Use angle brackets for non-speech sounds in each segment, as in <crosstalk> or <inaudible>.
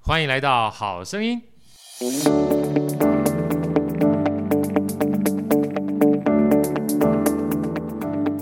欢迎来到《好声音》。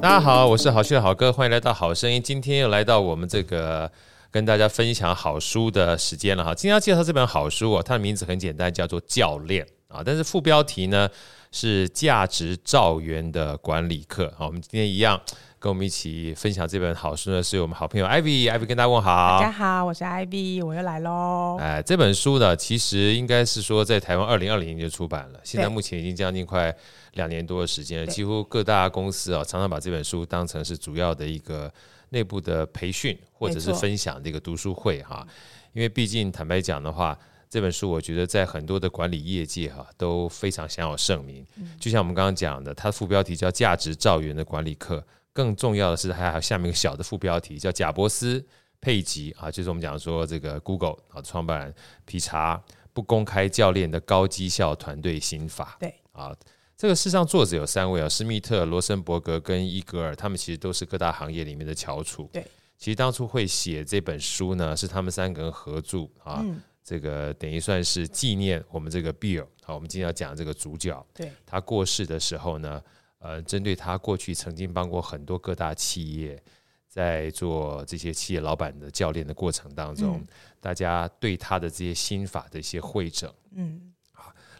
大家好，我是好趣的好哥，欢迎来到《好声音》。今天又来到我们这个跟大家分享好书的时间了哈。今天要介绍这本好书哦，它的名字很简单，叫做《教练》啊，但是副标题呢是“价值兆元的管理课”啊。我们今天一样。跟我们一起分享这本好书呢，是我们好朋友 Ivy，Ivy 跟大家问好。大家好，我是 IB，我又来喽。哎，这本书呢，其实应该是说在台湾二零二零年就出版了，现在对目前已经将近快两年多的时间了。对几乎各大公司啊、常常把这本书当成是主要的一个内部的培训或者是没错嗯分享的一个读书会哈、因为毕竟坦白讲的话。这本书我觉得在很多的管理业界哈、都非常享有盛名，嗯就像我们刚刚讲的，它副标题叫“价值兆元的管理课”，更重要的是还有下面一个小的副标题叫“贾伯斯佩吉”啊，就是我们讲说这个 Google 啊创办人皮查不公开教练的高绩效团队心法。对啊，这个事实上作者有三位啊，施密特、罗森伯格跟伊格尔，他们其实都是各大行业里面的翘楚。对，其实当初会写这本书呢，是他们三个人合著啊。嗯，这个等于算是纪念我们这个 Bill 好，我们今天要讲这个主角，对，他过世的时候呢，呃，针对他过去曾经帮过很多各大企业，在做这些企业老板的教练的过程当中，嗯大家对他的这些心法的一些会诊。嗯，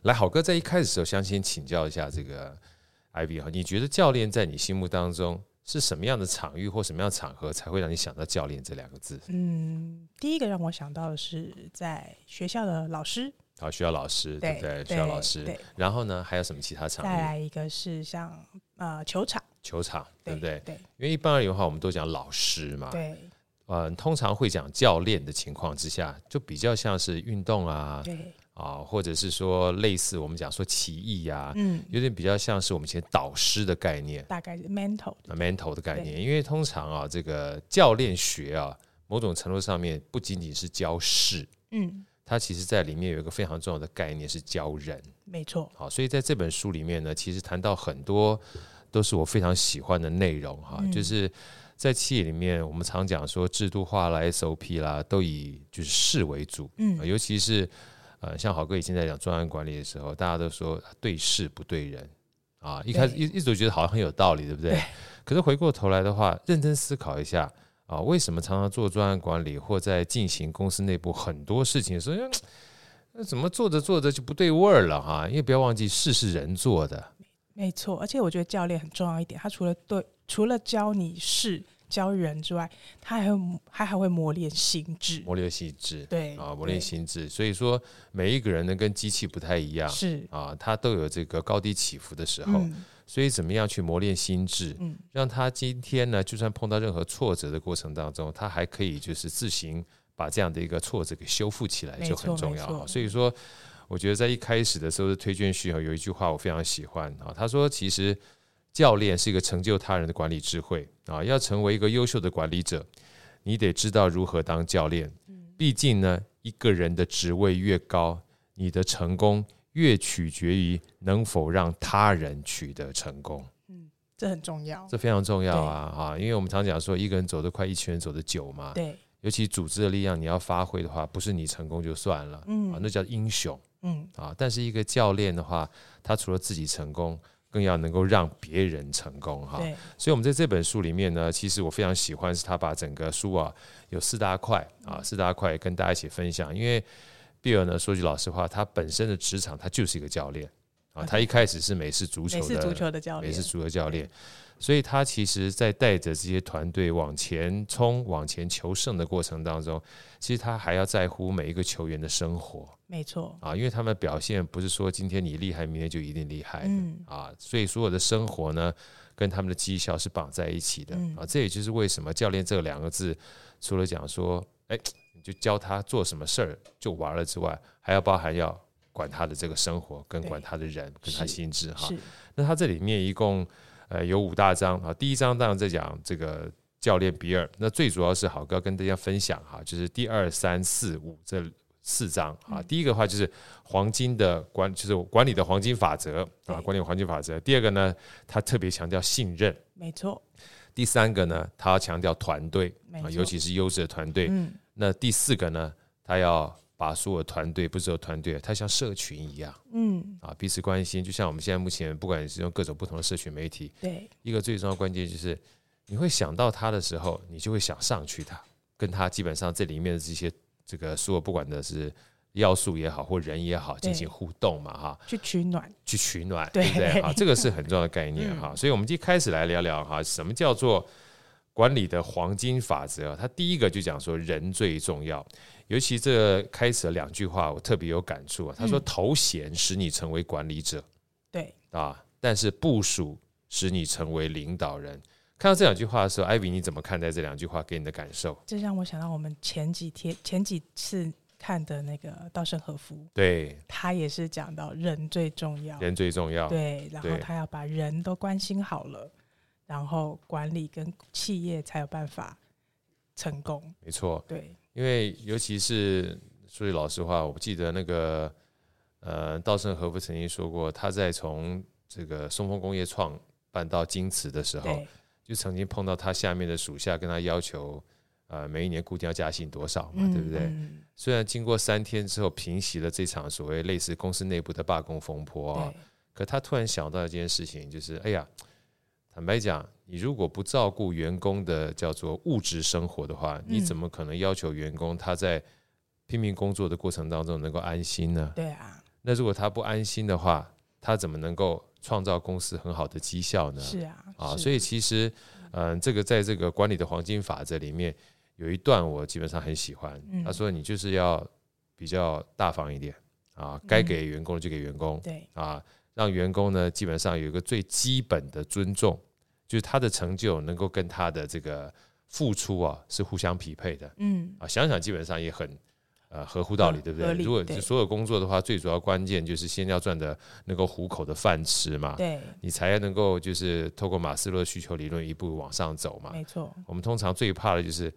来，好哥在一开始的时候，想先请教一下这个 Ivy 哈，你觉得教练在你心目当中是什么样的场域或什么样的场合才会让你想到教练这两个字？嗯，第一个让我想到的是在学校的老师，好，学校老师对对不对？学校老对师，，然后呢，还有什么其他啊场再域？来一个是像呃球场，球场对不对？对因为一般而言的话，我们都讲老师嘛，对呃，通常会讲教练的情况之下，就比较像是运动啊对，啊，或者是说类似我们讲说棋艺啊，嗯，有点比较像是我们以前导师的概念、大概是 mental 啊 mentor 的概念。因为通常啊，这个教练学啊，某种程度上面不仅仅是教事，嗯，它其实在里面有一个非常重要的概念是教人。没错，好，所以在这本书里面呢，其实谈到很多都是我非常喜欢的内容哈，嗯就是在企业里面，我们常讲说制度化啦、SOP 啦，都以就是事为主，嗯呃尤其是呃，像好哥以前在讲专案管理的时候，大家都说啊对事不对人啊，一开始对一一直觉得好像很有道理，对不对？对可是回过头来的话，认真思考一下。啊，为什么常常做专案管理或在进行公司内部很多事情的时候，哎那怎么做着做着就不对味儿了哈？因为不要忘记，事是人做的，没错，而且我觉得教练很重要一点，他除了对除了教你事教人之外，他还会他还会磨练心智，磨练心智，对啊，磨练对心智。所以说，每一个人呢跟机器不太一样是，啊，他都有这个高低起伏的时候。嗯所以，怎么样去磨练心智，嗯，让他今天呢，就算碰到任何挫折的过程当中，他还可以就是自行把这样的一个挫折给修复起来，没就很错重没要错哈。所以说，我觉得在一开始的时候的推荐序哦，有一句话我非常喜欢啊，他说其实教练是一个成就他人的管理智慧啊，要成为一个优秀的管理者，你得知道如何当教练。嗯毕竟呢，一个人的职位越高，你的成功越取决于能否让他人取得成功。这很重要，这非常重要啊啊！因为我们常讲说，一个人走得快，一群人走得久嘛。对，尤其组织的力量，你要发挥的话，不是你成功就算了，嗯啊，那叫英雄嗯，啊。但是一个教练的话，他除了自己成功，更要能够让别人成功哈。对，所以，我们在这本书里面呢，其实我非常喜欢是他把整个书啊有四大块嗯啊，四大块跟大家一起分享。因为比尔呢，说句老实话，他本身的职场他就是一个教练啊，他一开始是美式足球美的式足球的教也练是，足球教练，所以他其实，在带着这些团队往前冲、往前求胜的过程当中，其实他还要在乎每一个球员的生活没错，啊，因为他们表现不是说今天你厉害，明天就一定厉害的、嗯啊，所以所有的生活呢，跟他们的绩效是绑在一起的、嗯啊，这也就是为什么“教练”这两个字，除了讲说，哎，你就教他做什么事儿就完了之外，还要包含要管他的这个生活，跟对管他的人，跟他是心智哈。是，那它这里面一共呃有五大章啊，第一章当然在讲这个教练比尔，那最主要是好哥要跟大家分享哈、就是第二、三、四、五这四章嗯啊。第一个的话就是黄金的管，就是管理的黄金法则啊，对管理黄金法则。第二个呢，他特别强调信任。没错，第三个呢，他要强调团队没啊，错尤其是优质的团队。嗯，那第四个呢，他要把所有团队，不是有团队，它像社群一样嗯，啊，彼此关心。就像我们现在目前，不管是用各种不同的社群媒体，对，一个最重要的关键就是，你会想到他的时候，你就会想上去他，跟他基本上这里面的这些这个所有不管的是要素也好或人也好进行互动嘛哈，去取暖，去取暖，对对不 <laughs> 对？哈，这个是很重要的概念嗯哈。所以我们一开始来聊聊哈，什么叫做管理的黄金法则？啊它第一个就讲说人最重要，尤其这开始的两句话我特别有感触啊。他说嗯头衔使你成为管理者，对，啊，但是部署使你成为领导人。看到这两句话的时候，艾比你怎么看待这两句话给你的感受？这让我想到我们前几天前几次看的那个稻盛和夫，对，他也是讲到人最重要，人最重要。对，然后对他要把人都关心好了，然后管理跟企业才有办法成功。没错，对，因为尤其是说句老实话，我记得那个呃，稻盛和夫曾经说过，他在从这个松风工业创办到京瓷的时候，对，就曾经碰到他下面的属下跟他要求，呃，每一年固定要加薪多少嘛，嗯对不对？嗯虽然经过三天之后平息了这场所谓类似公司内部的罢工风波啊、对，可他突然想到一件事情，就是哎呀，坦白讲，你如果不照顾员工的叫做物质生活的嗯话，你怎么可能要求员工他在拼命工作的过程当中能够安心呢？对啊，那如果他不安心的话，他怎么能够创造公司很好的绩效呢？是啊，啊，是所以其实，嗯、这个在这个管理的黄金法则里面有一段我基本上很喜欢，嗯他说你就是要比较大方一点啊，该嗯给员工就给员工、对，啊，让员工呢基本上有一个最基本的尊重，就是他的成就能够跟他的这个付出啊是互相匹配的嗯，啊，想想基本上也很。呃，合乎道理，合对不对嗯合？理如果对是所有工作的话，最主要关键就是先要赚的能够糊口的饭吃嘛。对，你才能够就是透过马斯洛需求理论一步往上走嘛。没错，我们通常最怕的就是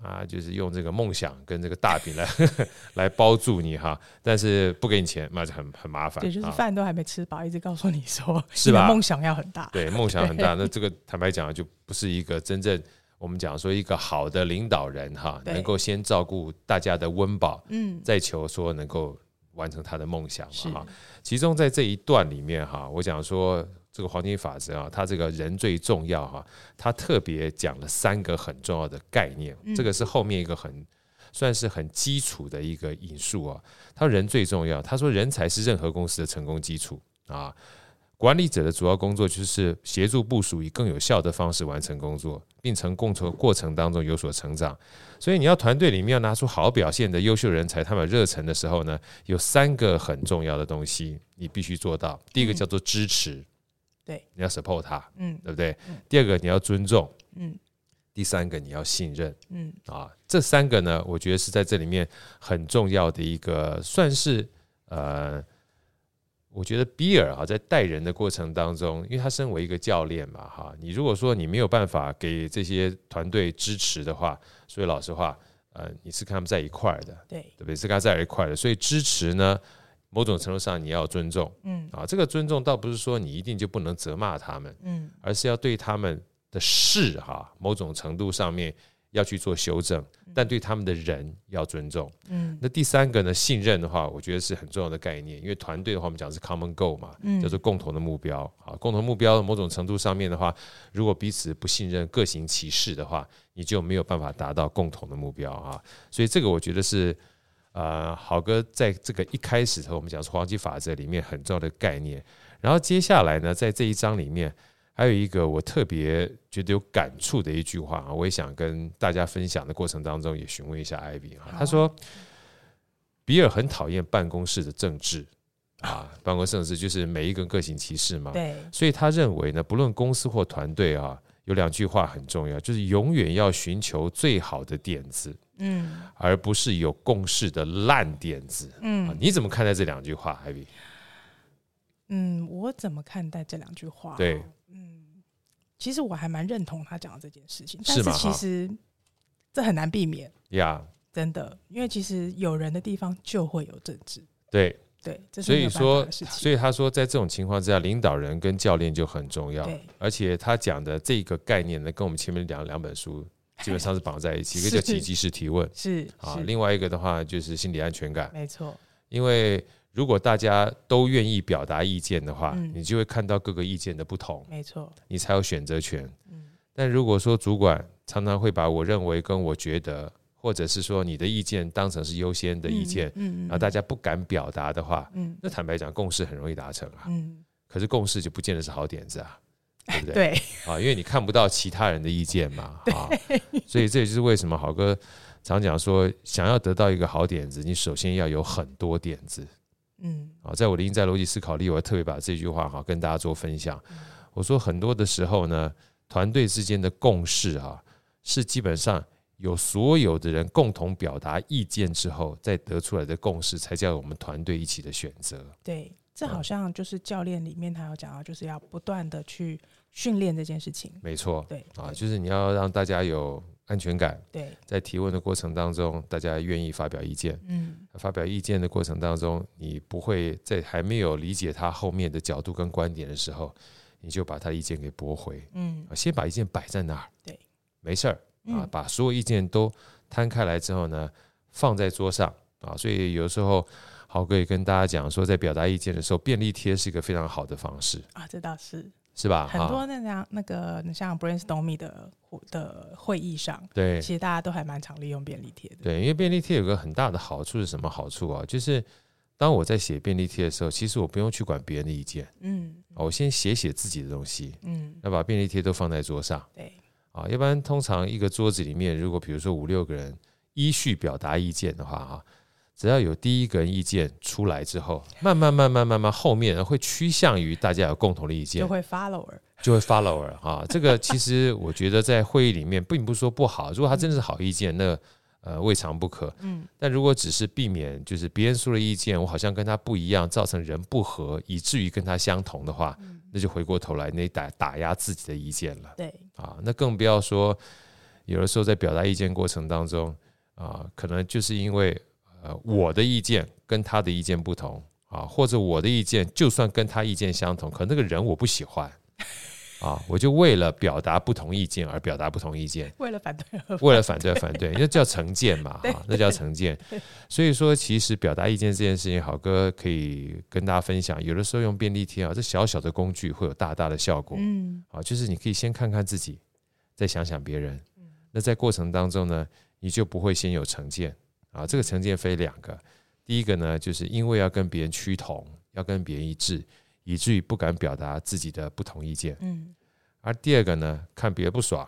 啊，就是用这个梦想跟这个大饼来 <laughs> 来包住你哈，但是不给你钱，那就很很麻烦对，就是啊。饭都还没吃饱，一直告诉你 <laughs> 说，是你的吧梦想要很大， <laughs> 对，梦想很大，那这个坦白讲，就不是一个真正我们讲说一个好的领导人哈，对能够先照顾大家的温饱，嗯，再求说能够完成他的梦想是嘛哈。其中在这一段里面哈，我讲说这个黄金法则啊，它这个人最重要哈，它特别讲了三个很重要的概念，嗯这个是后面一个很算是很基础的一个引述啊。他说人最重要，他说人才是任何公司的成功基础啊。管理者的主要工作就是协助部署以更有效的方式完成工作，并从共同过程当中有所成长。所以你要团队里面要拿出好表现的优秀人才，他们有热忱的时候呢，有三个很重要的东西你必须做到。第一个嗯叫做支持，对，你要 support 他，嗯对不对？第二个你要尊重，嗯第三个你要信任嗯，啊。这三个呢，我觉得是在这里面很重要的一个，算是呃，我觉得比尔啊在带人的过程当中，因为他身为一个教练嘛，哈，你如果说你没有办法给这些团队支持的话，所以老实话，呃，你是跟他们在一块儿的，对对，不对？是跟他在一块儿的，所以支持呢，某种程度上你要有尊重嗯啊。这个尊重倒不是说你一定就不能责骂他们，嗯，而是要对他们的事哈、某种程度上面要去做修正，但对他们的人要尊重。嗯那第三个呢，信任的话，我觉得是很重要的概念，因为团队的话，我们讲是 common goal 嘛，嗯叫做共同的目标啊。共同目标某种程度上面的话，如果彼此不信任、各行其事的话，你就没有办法达到共同的目标啊。所以这个我觉得是。呃，好哥在这个一开始和我们讲说黄金法则里面很重要的概念，然后接下来呢，在这一章里面还有一个我特别觉得有感触的一句话啊，我也想跟大家分享的过程当中也询问一下艾比啊好，啊他说比尔很讨厌办公室的政治啊，办公室政治就是每一个人各行其事嘛，对，所以他认为呢，不论公司或团队啊，有两句话很重要，就是永远要寻求最好的点子，嗯而不是有共识的烂点子啊嗯。你怎么看待这两句话，艾比？嗯，我怎么看待这两句话？对，嗯，其实我还蛮认同他讲的这件事情，但是是吗其哈实这很难避免，呀，真的，因为其实有人的地方就会有政治，对，对，这是所没以有办说法的事，情。所以他说，在这种情况之下，领导人跟教练就很重要。对而且他讲的这个概念呢，跟我们前面两两本书基本上是绑在一起，一个是叫奇迹式提问 <laughs> 是啊，是，另外一个的话就是心理安全感，没错，因为如果大家都愿意表达意见的话，嗯你就会看到各个意见的不同，没错，你才有选择权。嗯，但如果说主管常常会把我认为跟我觉得，或者是说你的意见当成是优先的意见，嗯，嗯嗯，然后大家不敢表达的话，嗯，那坦白讲，共识很容易达成啊。嗯可是共识就不见得是好点子啊，对不嗯，对？对，啊，因为你看不到其他人的意见嘛，啊，所以这也就是为什么好哥常讲说，想要得到一个好点子，你首先要有很多点子嗯啊。在我的《赢在逻辑思考力》，我还特别把这句话哈、跟大家做分享。我说很多的时候呢，团队之间的共识啊，是基本上有所有的人共同表达意见之后，再得出来的共识，才叫我们团队一起的选择。对，这好像就是教练里面他有讲到，就是要不断的去训练这件事情。没错，对啊，就是你要让大家有安全感，对，在提问的过程当中，大家愿意发表意见。嗯，发表意见的过程当中，你不会在还没有理解他后面的角度跟观点的时候，你就把他的意见给驳回。嗯啊，先把意见摆在那儿，对，没事儿啊嗯，把所有意见都摊开来之后呢，放在桌上啊。所以有时候豪哥也跟大家讲说，在表达意见的时候，便利贴是一个非常好的方式，啊，这倒是是吧？很啊、多那样那个像 brainstorming 的的会议上，对其实大家都还蛮常利用便利贴的。对，因为便利贴有个很大的好处是什么好处啊？就是当我在写便利贴的时候，其实我不用去管别人的意见，嗯啊我先写写自己的东西，嗯，要把便利贴都放在桌上对，啊。要不然，通常一个桌子里面，如果比如说五六个人依序表达意见的话啊，只要有第一个人意见出来之后，慢慢慢慢慢慢，后面会趋向于大家有共同的意见就，会 follower。就会 follower 啊。这个其实我觉得在会议里面并不是说不好，如果他真的是好意见，那呃未尝不可。嗯，但如果只是避免就是别人说的意见，我好像跟他不一样，造成人不和，以至于跟他相同的话，嗯那就回过头来那打打压自己的意见了对，啊！那更不要说有的时候在表达意见过程当中啊，可能就是因为呃我的意见跟他的意见不同啊，或者我的意见就算跟他意见相同，可那个人我不喜欢啊，我就为了表达不同意见而表达不同意 <laughs> 见。为了反对而为了反对而反对，那叫成见嘛，对哈，那叫成见。所以说，其实表达意见这件事情，好哥可以跟大家分享。有的时候用便利贴啊，这小小的工具会有大大的效果。嗯啊，就是你可以先看看自己，再想想别人。嗯那在过程当中呢，你就不会先有成见啊。这个成见分两个，第一个呢，就是因为要跟别人趋同，要跟别人一致，以至于不敢表达自己的不同意见。嗯而第二个呢，看别人不爽，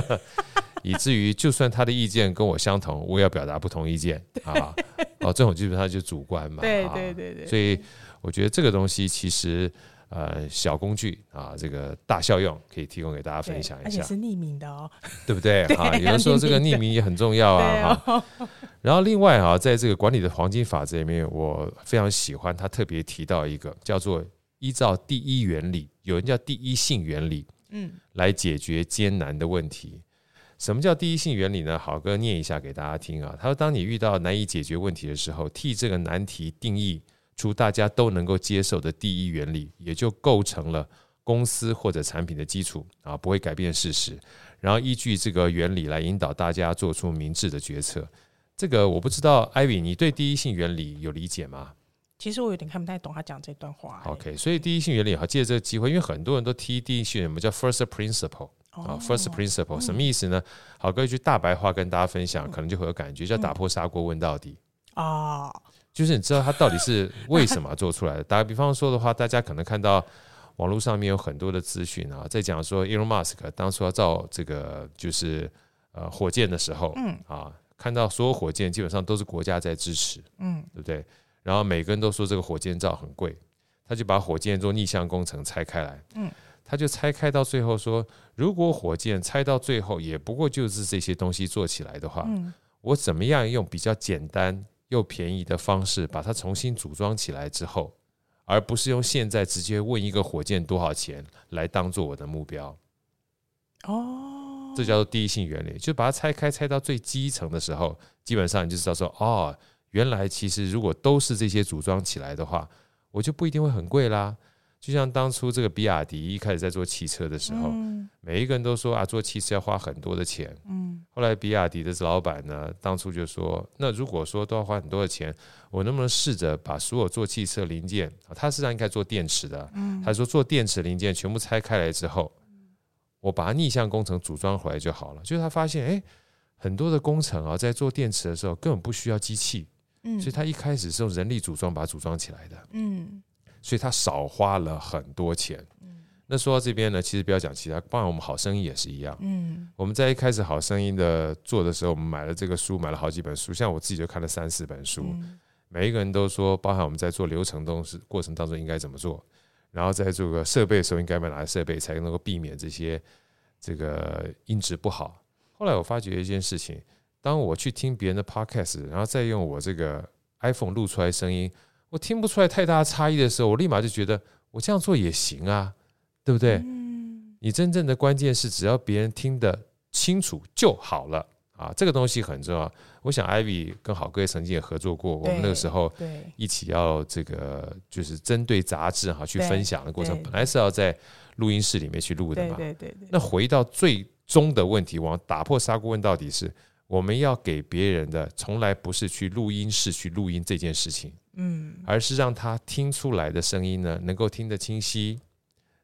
<laughs> 以至于就算他的意见跟我相同，我也要表达不同意见啊。哦，这种基本上就主观嘛。对啊对对对所以我觉得这个东西其实呃小工具啊，这个大效用可以提供给大家对分享一而且下，是匿名的哦。对不 <laughs> 对？啊，有的时候这个匿名也很重要对啊。哈哦，然后另外啊，在这个管理的黄金法则里面，我非常喜欢他特别提到一个叫做依照第一原理，有人叫第一性原理。嗯来解决艰难的问题。什么叫第一性原理呢？好哥念一下给大家听啊。他说，当你遇到难以解决问题的时候，替这个难题定义出大家都能够接受的第一原理，也就构成了公司或者产品的基础啊，不会改变事实。然后依据这个原理来引导大家做出明智的决策。这个我不知道，艾比，你对第一性原理有理解吗其实我有点看不太懂他讲这段话欸。 ？OK，所以第一性原理好，借这个机会，因为很多人都踢第一性原理，我们叫 first principle。啊、哦 f i r s t principle 什么意思呢？好哥一句大白话跟大家分享，可能就会有感觉，叫打破砂锅问到底。哦，就是你知道它到底 <laughs> 是为什么做出来的。打个比方说的话，大家可能看到网络上面有很多的资讯啊，在讲说 Elon Musk 当初要造这个就是呃火箭的时候，嗯啊，看到所有火箭基本上都是国家在支持，嗯对不对？然后每个人都说这个火箭造很贵，他就把火箭做逆向工程拆开来，嗯，他就拆开到最后说，如果火箭拆到最后也不过就是这些东西做起来的话，嗯我怎么样用比较简单又便宜的方式把它重新组装起来之后，而不是用现在直接问一个火箭多少钱来当做我的目标，哦，这叫做第一性原理，就把它拆开拆到最基层的时候，基本上你就知道说，哦，原来其实如果都是这些组装起来的话，我就不一定会很贵啦。就像当初这个比亚迪一开始在做汽车的时候，嗯每一个人都说啊，做汽车要花很多的钱。嗯后来比亚迪的老板呢，当初就说，那如果说都要花很多的钱，我能不能试着把所有做汽车零件，啊他实际上应该做电池的，嗯他说做电池零件全部拆开来之后，我把它逆向工程组装回来就好了。就是他发现，诶，很多的工程啊，在做电池的时候根本不需要机器，嗯所以他一开始是用人力组装把它组装起来的。嗯所以他少花了很多钱。那说到这边呢，其实不要讲其他，包括我们好声音也是一样。嗯我们在一开始好声音的做的时候，我们买了这个书，买了好几本书，像我自己就看了三四本书。嗯每一个人都说，包含我们在做流程东西过程当中应该怎么做，然后在做个设备的时候应该买哪些设备才能够避免这些这个音质不好。后来我发觉一件事情，当我去听别人的 podcast，然后再用我这个 iPhone 录出来的声音，我听不出来太大的差异的时候，我立马就觉得我这样做也行啊，对不对？嗯你真正的关键是，只要别人听得清楚就好了啊，这个东西很重要。我想 Ivy 跟好哥也曾经也合作过，我们那个时候对一起要这个就是针对杂志哈去对分享的过程，对本来是要在录音室里面去录的对嘛。对对对，那回到最终的问题，往打破砂锅问到底是，我们要给别人的从来不是去录音室去录音这件事情，嗯而是让他听出来的声音呢能够听得清晰，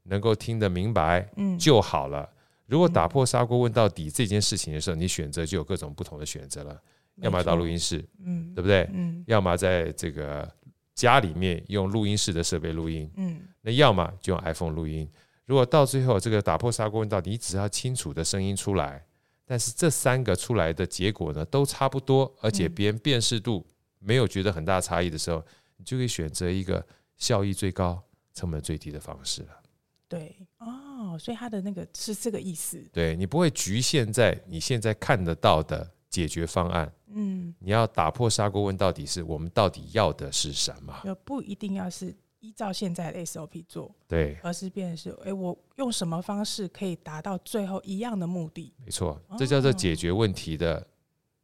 能够听得明白嗯就好了。如果打破砂锅问到底这件事情的时候，你选择就有各种不同的选择了，要么到录音室，嗯对不对？嗯要么在这个家里面用录音室的设备录音，嗯那要么就用 iPhone 录音。如果到最后这个打破砂锅问到底，你只要清楚的声音出来，但是这三个出来的结果呢都差不多，而且嗯别人辨识度没有觉得很大差异的时候，你就可以选择一个效益最高、成本最低的方式了。对哦，所以他的那个是这个意思，对你不会局限在你现在看得到的解决方案，嗯，你要打破砂锅问到底是我们到底要的是什么？就不一定要是依照现在的 SOP 做，对，而是变成是，哎、我用什么方式可以达到最后一样的目的没错，这叫做解决问题的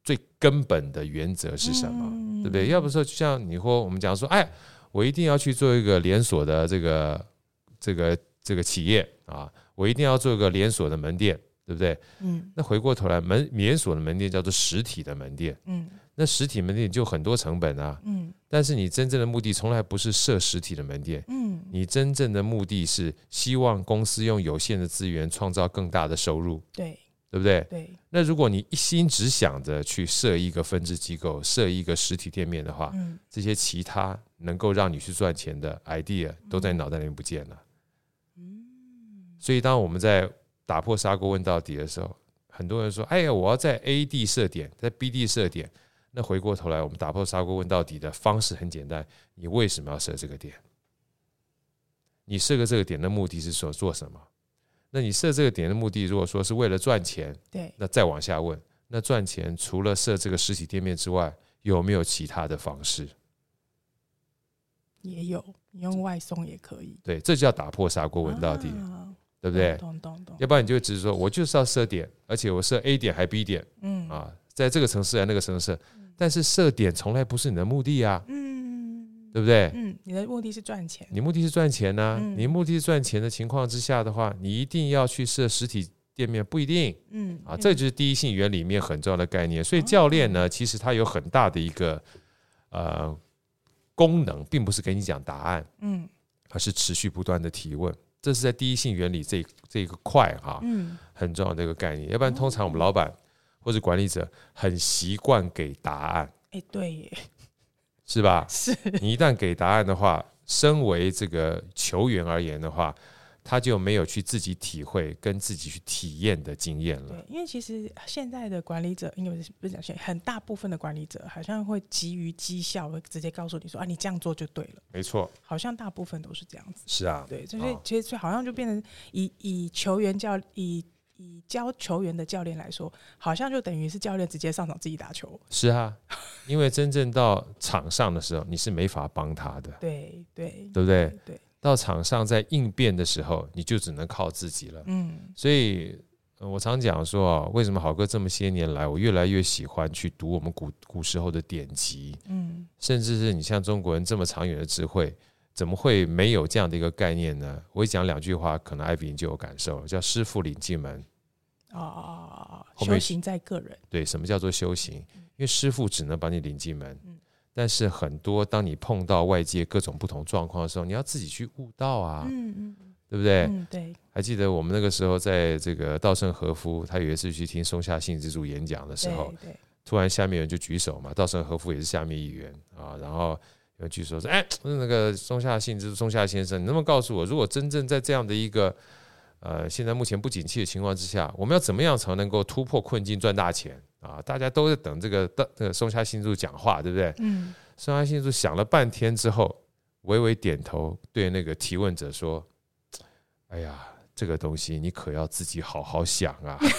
最根本的原则是什么，嗯对不对？要不说就像你或我们讲说，哎，我一定要去做一个连锁的这个这个这个企业啊，我一定要做一个连锁的门店，对不对？嗯那回过头来，门连锁的门店叫做实体的门店，嗯那实体门店就很多成本啊，嗯但是你真正的目的从来不是设实体的门店，嗯，你真正的目的是希望公司用有限的资源创造更大的收入，对对不对？对，那如果你一心只想着去设一个分支机构、设一个实体店面的话，嗯这些其他能够让你去赚钱的 idea 都在你脑袋里面不见了。嗯所以，当我们在打破砂锅问到底的时候，很多人说：“哎呀，我要在 A 地设点，在 B 地设点。”那回过头来，我们打破砂锅问到底的方式很简单：你为什么要设这个点？你设个这个点的目的是说做什么？那你设这个点的目的，如果说是为了赚钱，对，那再往下问，那赚钱除了设这个实体店面之外，有没有其他的方式？也有，你用外送也可以，对，这就叫打破砂锅问到底，啊对不对？懂懂懂，要不然你就只是说，我就是要设点，而且我设 A 点还 B 点嗯啊，在这个城市啊那个城市，但是设点从来不是你的目的啊，嗯对不对？嗯，你的目的是赚钱，你目的是赚钱呢、嗯你目的是赚钱的情况之下的话，你一定要去设实体店面，不一定嗯啊，嗯这就是第一性原里面很重要的概念。所以教练呢，其实他有很大的一个呃功能，并不是给你讲答案，嗯而是持续不断的提问。这是在第一性原理这一这一个块哈、嗯很重要的一个概念。要不然，通常我们老板或者管理者很习惯给答案，哎、对耶，是 <laughs> 吧？是你一旦给答案的话，身为这个球员而言的话，他就没有去自己体会跟自己去体验的经验了。对，因为其实现在的管理者，因为不是讲现在，很大部分的管理者好像会急于绩效，会直接告诉你说啊，你这样做就对了，没错，好像大部分都是这样子。是啊，对，就是哦其实好像就变成以以球员教以以教球员的教练来说，好像就等于是教练直接上场自己打球。是啊，因为真正到场上的时候，你是没法帮他的，对对对不对？对，到场上在应变的时候，你就只能靠自己了。嗯所以呃我常讲说啊，为什么好哥这么些年来，我越来越喜欢去读我们古古时候的典籍，嗯甚至是你像中国人这么长远的智慧，怎么会没有这样的一个概念呢？我讲两句话，可能艾比你就有感受了，叫师傅领进门。哦哦哦，后面修行在个人，对，什么叫做修行？因为师傅只能把你领进门嗯，但是很多当你碰到外界各种不同状况的时候，你要自己去悟道啊，嗯嗯对不对？嗯，对，还记得我们那个时候在这个稻盛和夫，他有一次去听松下幸之助演讲的时候对，对，突然下面有人就举手嘛，稻盛和夫也是下面一员啊，然后有人举手说：“哎，那个松下幸之松下先生，你能不能告诉我，如果真正在这样的一个呃现在目前不景气的情况之下，我们要怎么样才能够突破困境赚大钱啊？大家都在等这个的这个松下幸之助讲话，对不对？嗯，松下幸之助想了半天之后，微微点头，对那个提问者说：“哎呀，这个东西你可要自己好好想啊！” <laughs>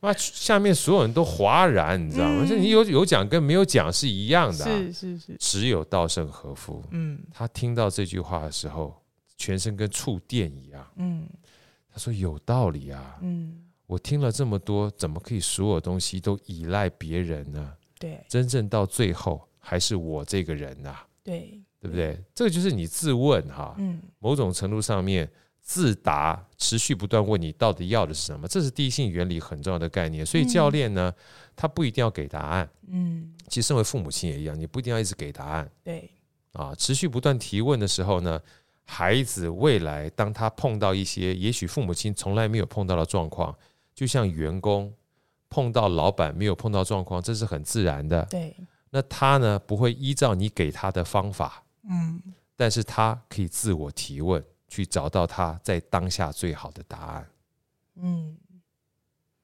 妈，下面所有人都哗然，你知道吗？嗯就你有有讲跟没有讲是一样的啊、是是是，只有稻盛和夫，嗯他听到这句话的时候，全身跟触电一样。嗯他说：“有道理啊！嗯，我听了这么多，怎么可以所有东西都依赖别人呢？”对真正到最后还是我这个人呐、啊对，对不对？这个就是你自问哈、嗯某种程度上面自答，持续不断问你到底要的是什么，这是第一性原理很重要的概念。所以嗯教练呢，他不一定要给答案，嗯，其实身为父母亲也一样，你不一定要一直给答案对，啊。持续不断提问的时候呢，孩子未来当他碰到一些也许父母亲从来没有碰到的状况，就像员工碰到老板没有碰到状况，这是很自然的。对，那他呢不会依照你给他的方法，嗯但是他可以自我提问，去找到他在当下最好的答案。嗯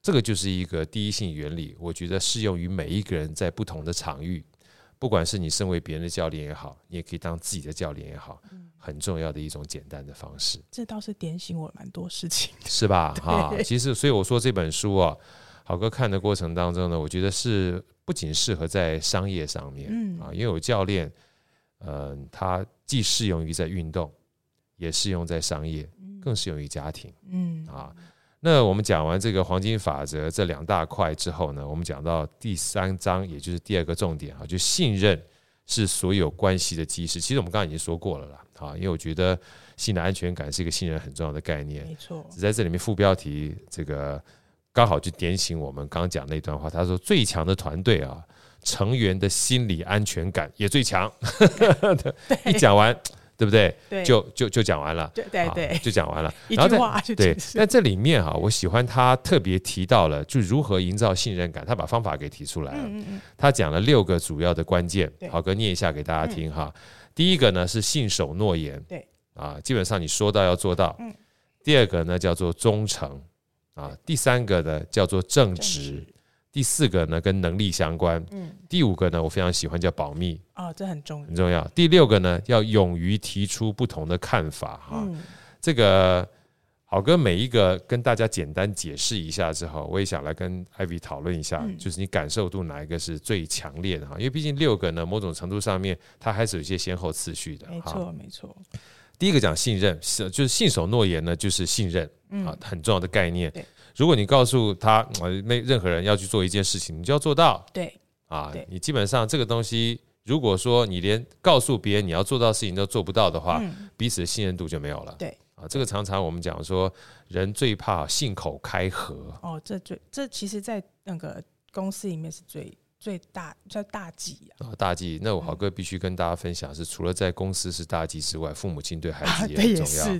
这个就是一个第一性原理，我觉得适用于每一个人在不同的场域，不管是你身为别人的教练也好，你也可以当自己的教练也好，嗯，很重要的一种简单的方式，这倒是点醒我蛮多事 <laughs> 情的，是吧？哈，对其实所以我说这本书啊，好哥看的过程当中呢，我觉得是不仅适合在商业上面，嗯啊，因为有教练，呃，他既适用于在运动，也适用在商业，更适用于家庭嗯啊。那我们讲完这个黄金法则这两大块之后呢，我们讲到第三章，也就是第二个重点啊，就信任是所有关系的基石。其实我们刚刚已经说过了啦，啊，因为我觉得心理安全感是一个信任很重要的概念。没错，只在这里面副标题这个刚好就点醒我们刚讲那段话，他说最强的团队啊，成员的心理安全感也最强。 <laughs> 一讲完，对不对？对就就就讲完了。对对啊对，就讲完了。一然后句再话就对解，释，但这里面啊，我喜欢他特别提到了，就如何营造信任感，他把方法给提出来了。嗯嗯嗯，他讲了六个主要的关键对，嗯好哥念一下给大家听哈。第一个呢是信守诺言，对啊，基本上你说到要做到。嗯第二个呢叫做忠诚，啊，第三个呢叫做正正直直，第四个呢跟能力相关，嗯第五个呢我非常喜欢叫保密，哦，这很重要很，重要。第六个呢要勇于提出不同的看法哈。嗯这个好哥每一个跟大家简单解释一下之后，我也想来跟艾比讨论一下，嗯就是你感受度哪一个是最强烈的哈？因为毕竟六个呢，某种程度上面它还是有一些先后次序的没哈。错没错，第一个讲信任，是就是信守诺言呢，就是信任嗯啊，很重要的概念对。如果你告诉他呃那任何人要去做一件事情，你就要做到对啊对，你基本上这个东西。如果说你连告诉别人你要做到的事情都做不到的话，嗯彼此的信任度就没有了。对啊，这个常常我们讲说，人最怕信口开河，哦，这最这其实，在那个公司里面是最最大叫大忌啊，啊，大忌。那我豪哥必须跟大家分享是，除了在公司是大忌之外，父母亲对孩子也啊对很也重是要。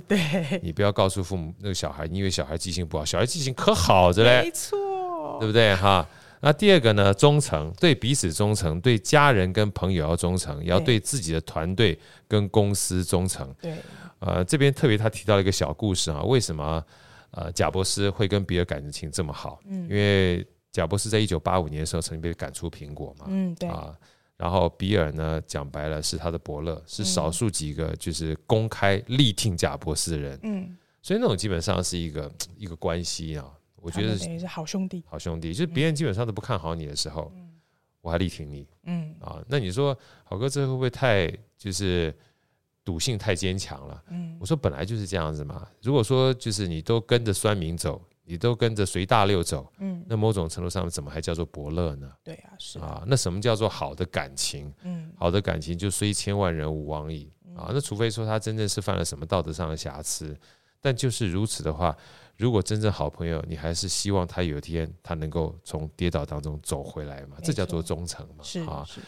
<laughs> 对，你不要告诉父母那个小孩，你以为小孩记性不好，小孩记性可好着嘞没，错，对不对哈？那第二个呢，忠诚，对彼此忠诚，对家人跟朋友要忠诚，也要对对自己的团队跟公司忠诚。对，呃，这边特别他提到了一个小故事啊，为什么呃贾博士会跟比尔感情这么好？嗯因为贾博士在一九八五年的时候曾经被赶出苹果嘛，嗯对，啊，然后比尔呢，讲白了是他的伯乐，嗯是少数几个就是公开力挺贾博士的人，嗯，所以那种基本上是一个一个关系啊，我我觉得是等于是好兄弟，好兄弟，就是别人基本上都不看好你的时候，我还力挺你嗯啊，那你说好哥这会不会太就是赌性太坚强了？嗯我说本来就是这样子嘛。如果说就是你都跟着酸民走，你都跟着随大流走，嗯，那某种程度上怎么还叫做伯乐呢？对啊，是啊，啊，那什么叫做好的感情？嗯好的感情就虽千万人吾往矣啊。那除非说他真正是犯了什么道德上的瑕疵，但就是如此的话，如果真正好朋友，你还是希望他有一天他能够从跌倒当中走回来嘛，没这叫做错忠诚嘛是啊。是，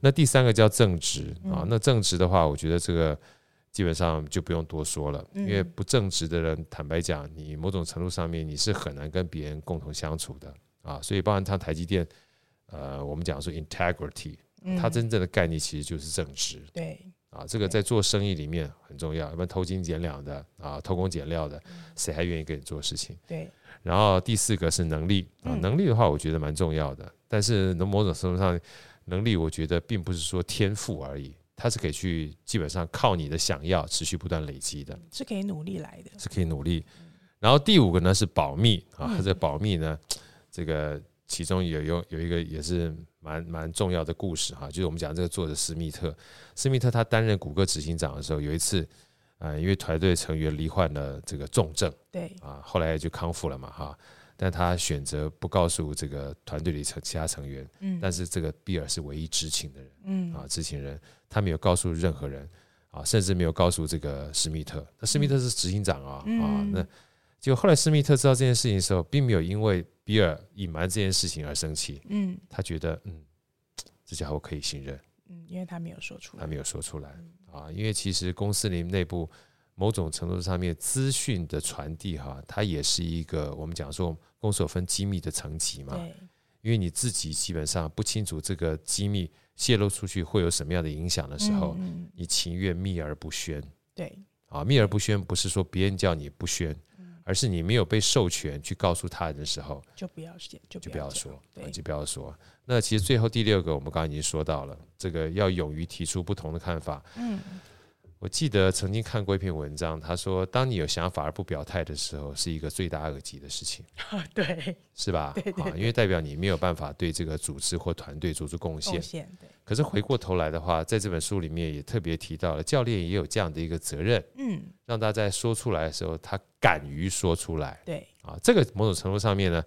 那第三个叫正直啊嗯，那正直的话，我觉得这个基本上就不用多说了，因嗯为不正直的人，坦白讲，你某种程度上面你是很难跟别人共同相处的啊。所以，包含他台积电，呃，我们讲说 integrity，嗯它真正的概念其实就是正直对啊。这个在做生意里面很重要，要不然偷斤减两的啊，偷工减料的，嗯谁还愿意跟你做事情？对，然后第四个是能力啊，嗯能力的话，我觉得蛮重要的。但是能某种程度上，能力我觉得并不是说天赋而已，它是可以去基本上靠你的想要持续不断累积的，是可以努力来的，是可以努力。然后第五个呢是保密啊，嗯这个保密呢，这个其中有有有一个也是蛮蛮重要的故事哈、就是我们讲这个作者斯密特，斯密特他担任谷歌执行长的时候，有一次，呃，因为团队成员罹患了这个重症。对，啊，后来就康复了嘛哈。但他选择不告诉这个团队里成其他成员，嗯，但是这个比尔是唯一知情的人嗯啊，知情人，他没有告诉任何人啊，甚至没有告诉这个史密特。那史密特是执行长啊、啊，那嗯就后来史密特知道这件事情的时候，并没有因为比尔隐瞒这件事情而生气，嗯他觉得嗯，这家伙可以信任。嗯，因为他没有说出来，还没有说出来啊，因为其实公司里内部某种程度上面资讯的传递哈、它也是一个我们讲说公司有分机密的层级嘛，对，因为你自己基本上不清楚这个机密泄露出去会有什么样的影响的时候，嗯，嗯你情愿秘而不宣对，啊，秘而不宣不是说别人叫你不宣，嗯而是你没有被授权去告诉他人的时候，就不要写，就就不不要讲说，啊对，就不要说。那其实最后第六个，我们刚刚已经说到了，这个要勇于提出不同的看法。嗯，我记得曾经看过一篇文章，他说，当你有想法而不表态的时候，是一个罪大恶极的事情，对，是吧？对对啊，因为代表你没有办法对这个组织或团队做出贡献贡。献，对，可是回过头来的话，在这本书里面也特别提到了，教练也有这样的一个责任，嗯，让大家在说出来的时候，他敢于说出来。对，啊，这个某种程度上面呢，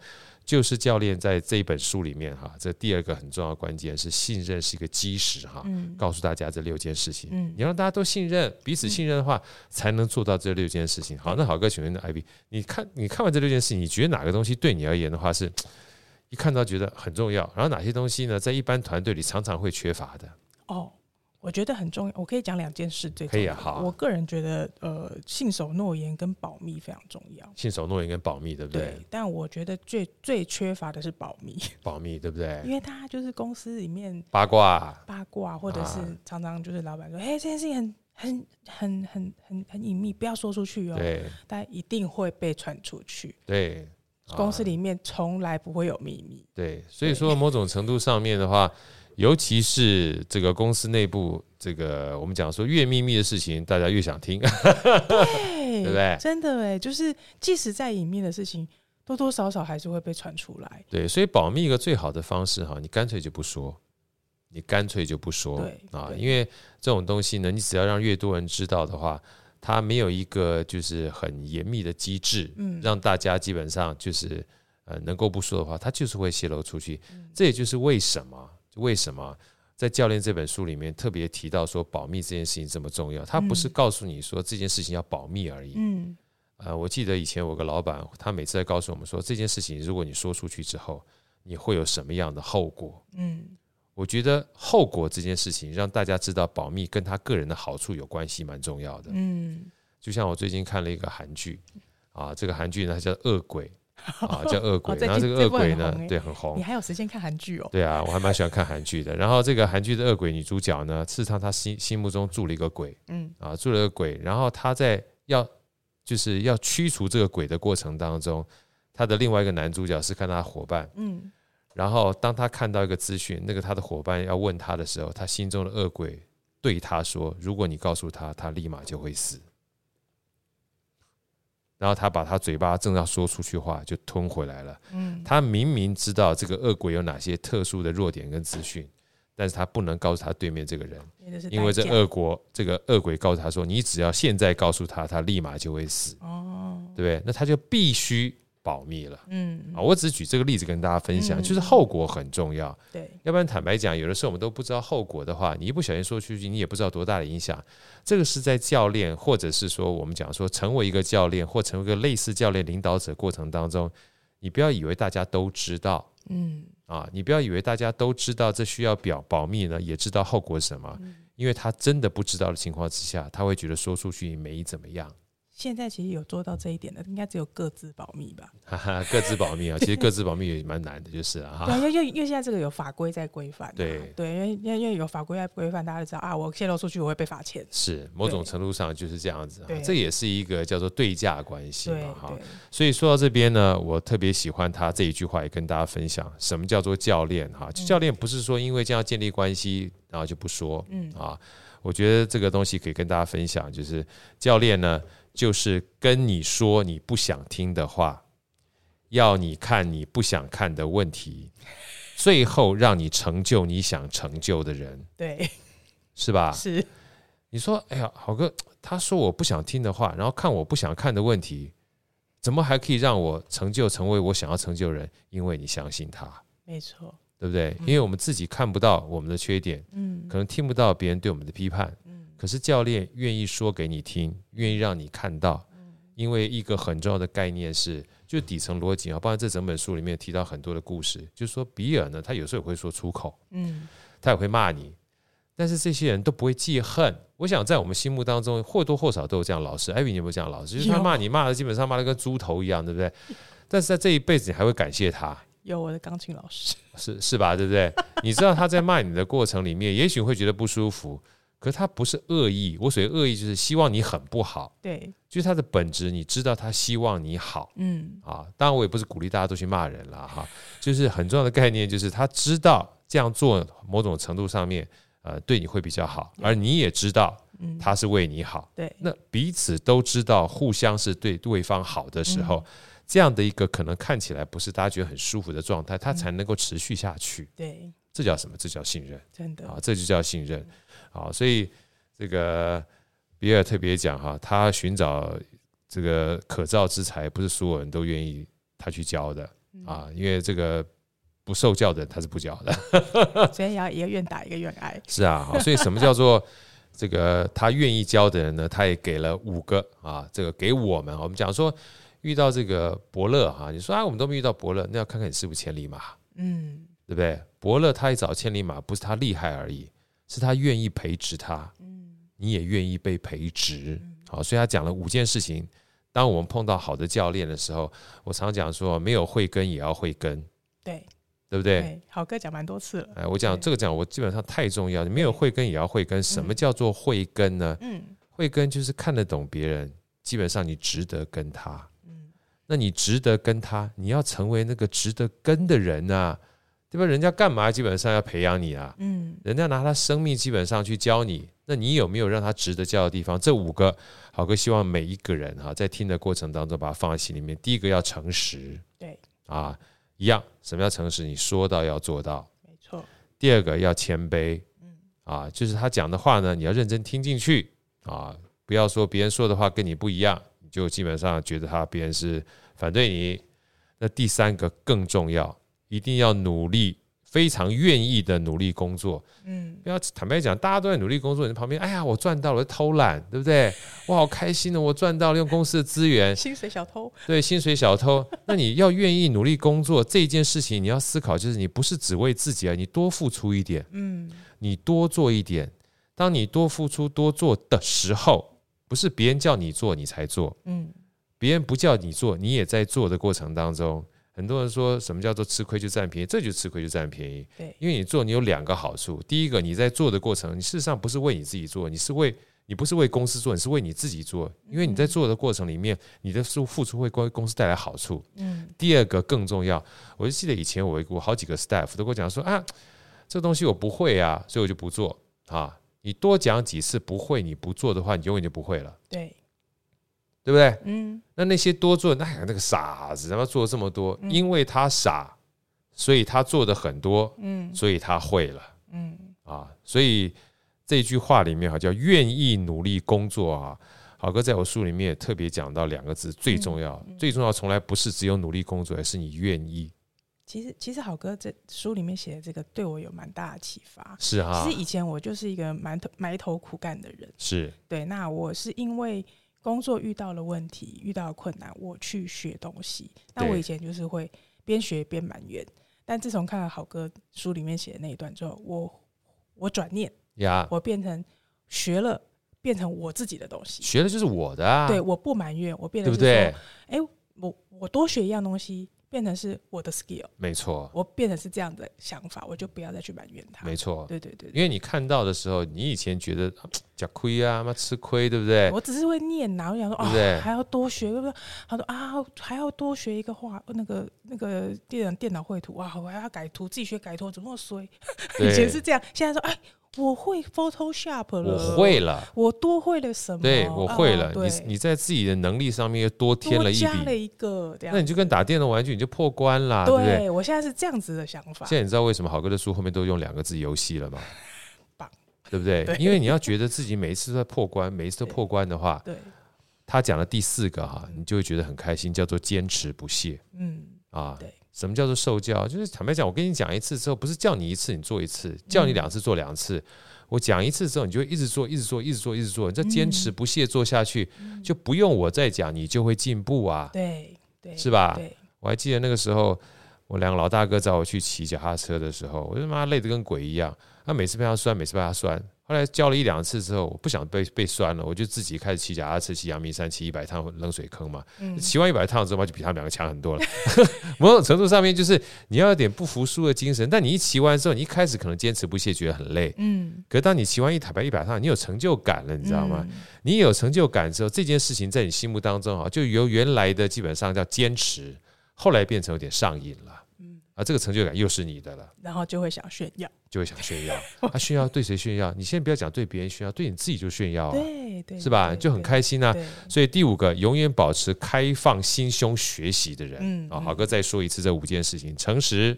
就是教练在这一本书里面哈，这第二个很重要的关键是信任是一个基石哈，嗯，告诉大家这六件事情，嗯你要让大家都信任，彼此信任的话，才能做到这六件事情。好，那好哥，请问艾比，你看你看完这六件事情，你觉得哪个东西对你而言的话是，一看到觉得很重要，然后哪些东西呢，在一般团队里常常会缺乏的？哦，我觉得很重要，我可以讲两件事最可重以要。啊，好我啊，个人觉得，呃，信守诺言跟保密非常重要。信守诺言跟保密，对不对？对，但我觉得最最缺乏的是保 <laughs> 密，保密，对不对？因为他就是公司里面八卦八卦，或者是啊常常就是老板说，哎、这件事情很很很很很很隐秘，不要说出去哦，对但一定会被传出去。对，啊公司里面从来不会有秘密，对，所以对说某种程度上面的话，尤其是这个公司内部，这个我们讲说越秘密的事情，大家越想听。 <laughs> 对对不对真的哎，就是即使再隐秘的事情，多多少少还是会被传出来。对，所以保密一个最好的方式哈，你干脆就不说，你干脆就不说对啊，对因为这种东西呢，你只要让越多人知道的话，它没有一个就是很严密的机制，嗯让大家基本上就是呃能够不说的话，它就是会泄露出去。嗯这也就是为什么为什么在教练这本书里面特别提到说保密这件事情这么重要，它不是嗯告诉你说这件事情要保密而已。嗯，呃，我记得以前我有个老板，他每次在告诉我们说，这件事情如果你说出去之后，你会有什么样的后果？嗯，我觉得后果这件事情让大家知道保密跟他个人的好处有关系，蛮重要的。嗯，就像我最近看了一个韩剧，啊，这个韩剧呢它叫《恶 <laughs> 鬼》，啊，叫《恶鬼》，最然后这近个哦这恶部鬼很呢红，欸对，很红你，还有时间看韩剧哦？对啊，我还蛮喜欢看韩剧的。然后这个韩剧的恶鬼女主角呢，事实上她心心目中住了一个鬼，嗯啊，住了个鬼，然后她在要就是要驱除这个鬼的过程当中，她的另外一个男主角是看她伙伴，嗯，然后当他看到一个资讯，那个他的伙伴要问他的时候，他心中的恶鬼对他说：“如果你告诉他，他立马就会死。”然后他把他嘴巴正要说出去话就吞回来了。嗯他明明知道这个恶鬼有哪些特殊的弱点跟资讯，但是他不能告诉他对面这个人，因为这是因为这代价恶国这个恶鬼告诉他说：“你只要现在告诉他，他立马就会死。”哦，对不对？那他就必须保密了嗯啊。，我只举这个例子跟大家分享，嗯就是后果很重要。对，要不然坦白讲，有的时候我们都不知道后果的话，你一不小心说出去，你也不知道多大的影响。这个是在教练，或者是说我们讲说成为一个教练或成为一个类似教练领导者过程当中，你不要以为大家都知道。嗯啊，你不要以为大家都知道这需要表保密呢，也知道后果是什么，因为他真的不知道的情况之下，他会觉得说出去没怎么样，现在其实有做到这一点的，应该只有各自保密吧？哈哈，各自保密啊，其实各自保密也蛮难的，就是了对哈。啊，因为因为因为现在这个有法规在规范啊、对对，因为因为因为有法规在规范，大家都知道啊，我泄露出去我会被罚钱。是某种程度上就是这样子、啊对，这也是一个叫做对价关系对嘛哈对。，所以说到这边呢，我特别喜欢他这一句话，也跟大家分享什么叫做教练嗯哈。教练不是说因为这样建立关系，然后就不说，嗯啊，我觉得这个东西可以跟大家分享，就是教练呢，就是跟你说你不想听的话，要你看你不想看的问题，最后让你成就你想成就的人，对，是吧？ <laughs> 是，你说，哎呀，好哥，他说我不想听的话，然后看我不想看的问题，怎么还可以让我成就成为我想要成就的人？因为你相信他，没错，对不对？因为我们自己看不到我们的缺点，嗯可能听不到别人对我们的批判，可是教练愿意说给你听，愿意让你看到，因为一个很重要的概念是，就底层逻辑啊，包括这整本书里面提到很多的故事，就是说比尔呢，他有时候也会说出口，嗯，他也会骂你，但是这些人都不会记恨。我想在我们心目当中或多或少都有这样的老师，艾比你有没有这样的老师？就是他有骂你骂的基本上骂的跟猪头一样，对不对？但是在这一辈子你还会感谢他，有我的钢琴老师， <laughs> 是是吧？对不对？你知道他在骂你的过程里面，也许会觉得不舒服，可是他不是恶意。我所谓恶意，就是希望你很不好，对，就是他的本质，你知道他希望你好嗯啊。当然，我也不是鼓励大家都去骂人啦，哈、就是很重要的概念，就是他知道这样做某种程度上面，呃，对你会比较好，而你也知道嗯，他是为你好。对，那彼此都知道互相是对对方好的时候，这样的一个可能看起来不是大家觉得很舒服的状态，它才能够持续下去。对，这叫什么？这叫信任真的，啊！这就叫信任啊！所以这个比尔特别讲哈，他寻找这个可造之才，不是所有人都愿意他去教的嗯啊，因为这个不受教的人他是不教的。所以要一个愿打一个愿挨，是啊，好，所以什么叫做这个他愿意教的人呢？他也给了五个啊，这个给我们，我们讲说遇到这个伯乐哈、你说啊，我们都没遇到伯乐，那要看看你是不是千里马，嗯对不对？伯乐他一找千里马，不是他厉害而已，是他愿意培植他，嗯你也愿意被培植。好，所以他讲了五件事情。当我们碰到好的教练的时候，我常讲说，没有慧根也要慧根，对对不对？对，好哥讲蛮多次了，哎，我讲对这个讲我基本上太重要，你没有对慧根也要慧根。什么嗯叫做慧根呢？嗯慧根就是看得懂别人，基本上你值得跟他。嗯，那你值得跟他，你要成为那个值得跟的人啊，对吧？人家干嘛基本上要培养你啊？嗯人家拿他生命基本上去教你，那你有没有让他值得教的地方？这五个，好哥希望每一个人哈、在听的过程当中把它放在心里面。第一个要诚实，对，啊，一样，什么叫诚实？你说到要做到。没错，第二个要谦卑，嗯啊，就是他讲的话呢，你要认真听进去啊，不要说别人说的话跟你不一样，你就基本上觉得他别人是反对你。那第三个更重要，一定要努力，非常愿意的努力工作。嗯不要坦白讲，大家都在努力工作，你在旁边，哎呀，我赚到了，我就偷懒，对不对？我好开心哦，我赚到了，用公司的资源，薪水小偷，对，薪水小偷，那你要愿意努力工作这件事情，你要思考，就是你不是只为自己啊，你多付出一点。嗯你多做一点。当你多付出、多做的时候，不是别人叫你做你才做，嗯别人不叫你做，你也在做的过程当中。很多人说什么叫做吃亏就占便宜，这就是吃亏就占便宜。对，因为你做，你有两个好处：第一个，你在做的过程，你事实上不是为你自己做，你是为你不是为公司做，你是为你自己做。因为你在做的过程里面，你的付付出会为公司带来好处。嗯第二个更重要，我就记得以前我我好几个 staff 都跟我讲说啊，这东西我不会啊，所以我就不做啊。你多讲几次不会，你不做的话，你永远就不会了，对，对不对？嗯那那些多做，那那个傻子，他妈做了这么多，嗯因为他傻，所以他做的很多，嗯所以他会了嗯啊。所以这句话里面哈叫愿意努力工作啊。好哥在我书里面也特别讲到两个字，最重要，嗯最重要从来不是只有努力工作，而是你愿意。其实其实好哥这书里面写的这个对我有蛮大的启发。是啊其实，以前我就是一个埋头埋头苦干的人，是对，那我是因为工作遇到了问题，遇到了困难，我去学东西。那我对以前就是会边学边埋怨，但自从看了好哥书里面写的那一段之后，我我转念，呀，我变成学了，变成我自己的东西。学的就是我的啊，对，我不埋怨，我变对得不是说对？？我我多学一样东西，变成是我的 skill，没错，我变成是这样的想法，我就不要再去埋怨他。没错。对对对对因为你看到的时候，你以前觉得讲亏啊，妈吃亏，对不对？我只是会念呐，我想说对啊不对，还要多学，对不对？他说啊，还要多学一个画，那个那个电电脑绘图啊，我还要改图，自己学改图，怎么那么衰？ <laughs> 以前是对，这样，现在说哎，我会 Photoshop 了，我会，了，我多会了什么？对我会了啊。对你你在自己的能力上面又多添了多一加了笔，一个这样那你就跟打电动玩具你就破关啦，啊对不对？对我现在是这样子的想法现，在你知道为什么好哥的书后面都用两个字“游戏”了吗 <laughs> 棒？对不对？对因为你要觉得自己每一次都在破关，每一次都破关的话，对，他讲的第四个哈，你就会觉得很开心，叫做坚持不懈嗯，啊对。什么叫做受教？就是坦白讲，我跟你讲一次之后，不是叫你一次你做一嗯次，叫你两次做两次。我讲一次之后，你就会一直做，一直做，一直做，一直做。你再坚嗯持不懈做下去，就不用我再讲，你就会进步啊，对对，是吧？对，我还记得那个时候，我两个老大哥找我去骑脚踏车的时候，我他妈累得跟鬼一样。他每次被他摔，每次被他摔。后来教了一两次之后，我不想被被摔了，我就自己开始骑脚踏车，骑阳明山，骑一百趟冷水坑嘛。嗯，骑完一百趟之后嘛，就比他们两个强很多了。 <laughs> 某种程度上面，就是你要有点不服输的精神。但你一骑完之后，你一开始可能坚持不懈，觉得很累。嗯，可是当你骑完一百一百趟，你有成就感了，你知道吗？嗯？你有成就感之后，这件事情在你心目当中啊，就由原来的基本上叫坚持，后来变成有点上瘾了，嗯，啊，这个成就感又是你的了，然后就会想炫耀，就会想 <laughs> 炫耀，啊，炫耀对谁炫耀？你先不要讲对别人炫耀，对你自己就炫耀啊，对对，是吧？对就很。对开心啊。对，所以第五个，永远保持开放心胸学习的人。嗯啊，好哥再说一次这五件事情：诚实、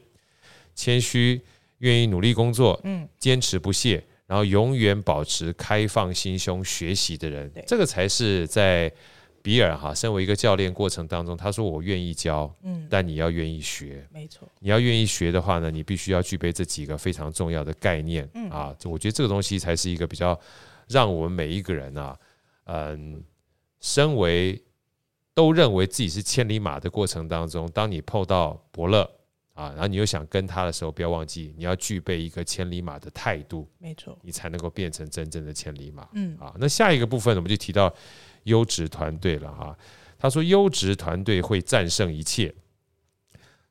谦虚、愿意努力工作、嗯，坚持不懈，然后永远保持开放心胸学习的人对，这个才是在比尔哈身为一个教练过程当中，他说我愿意教，嗯，但你要愿意学。没错，你要愿意学的话呢，你必须要具备这几个非常重要的概念、嗯啊。这我觉得这个东西才是一个比较让我们每一个人啊，嗯，身为都认为自己是千里马的过程当中，当你碰到伯乐啊，然后你又想跟他的时候，不要忘记你要具备一个千里马的态度，没错，你才能够变成真正的千里马。嗯，啊。那下一个部分我们就提到优质团队了哈、他说优质团队会战胜一切，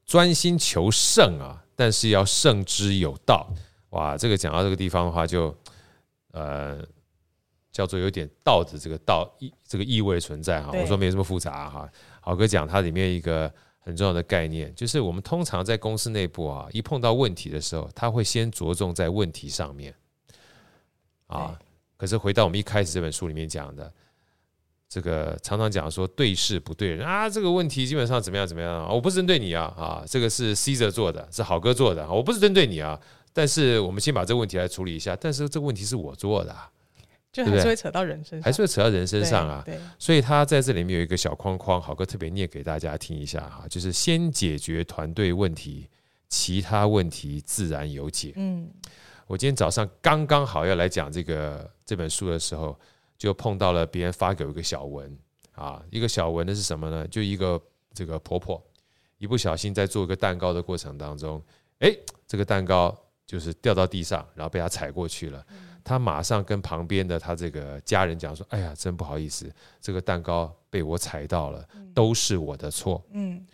专心求胜啊，但是要胜之有道。哇，这个讲到这个地方的话就，呃。叫做有点道的这个道意这个意味存在哈，对我说没什么复杂哈、好哥讲它里面一个很重要的概念，就是我们通常在公司内部啊，一碰到问题的时候，他会先着重在问题上面啊，可是回到我们一开始这本书里面讲的，这个常常讲说对事不对人啊，这个问题基本上怎么样怎么样啊，我不是针对你啊啊，这个是 Caesar 做的，是好哥做的，我不是针对你啊，但是我们先把这个问题来处理一下，但是这个问题是我做的、啊，就对不还是对会扯到人身上，还是会扯到人身上啊。对，对所以他在这里面有一个小框框，好哥特别念给大家听一下哈，就是先解决团队问题，其他问题自然有解。嗯，我今天早上刚刚好要来讲这个这本书的时候，就碰到了别人发给我一个小文啊，一个小文的是什么呢？就一个这个婆婆一不小心在做一个蛋糕的过程当中，诶，这个蛋糕就是掉到地上，然后被她踩过去了。她马上跟旁边的她这个家人讲说：“哎呀，真不好意思，这个蛋糕被我踩到了，都是我的错。”嗯，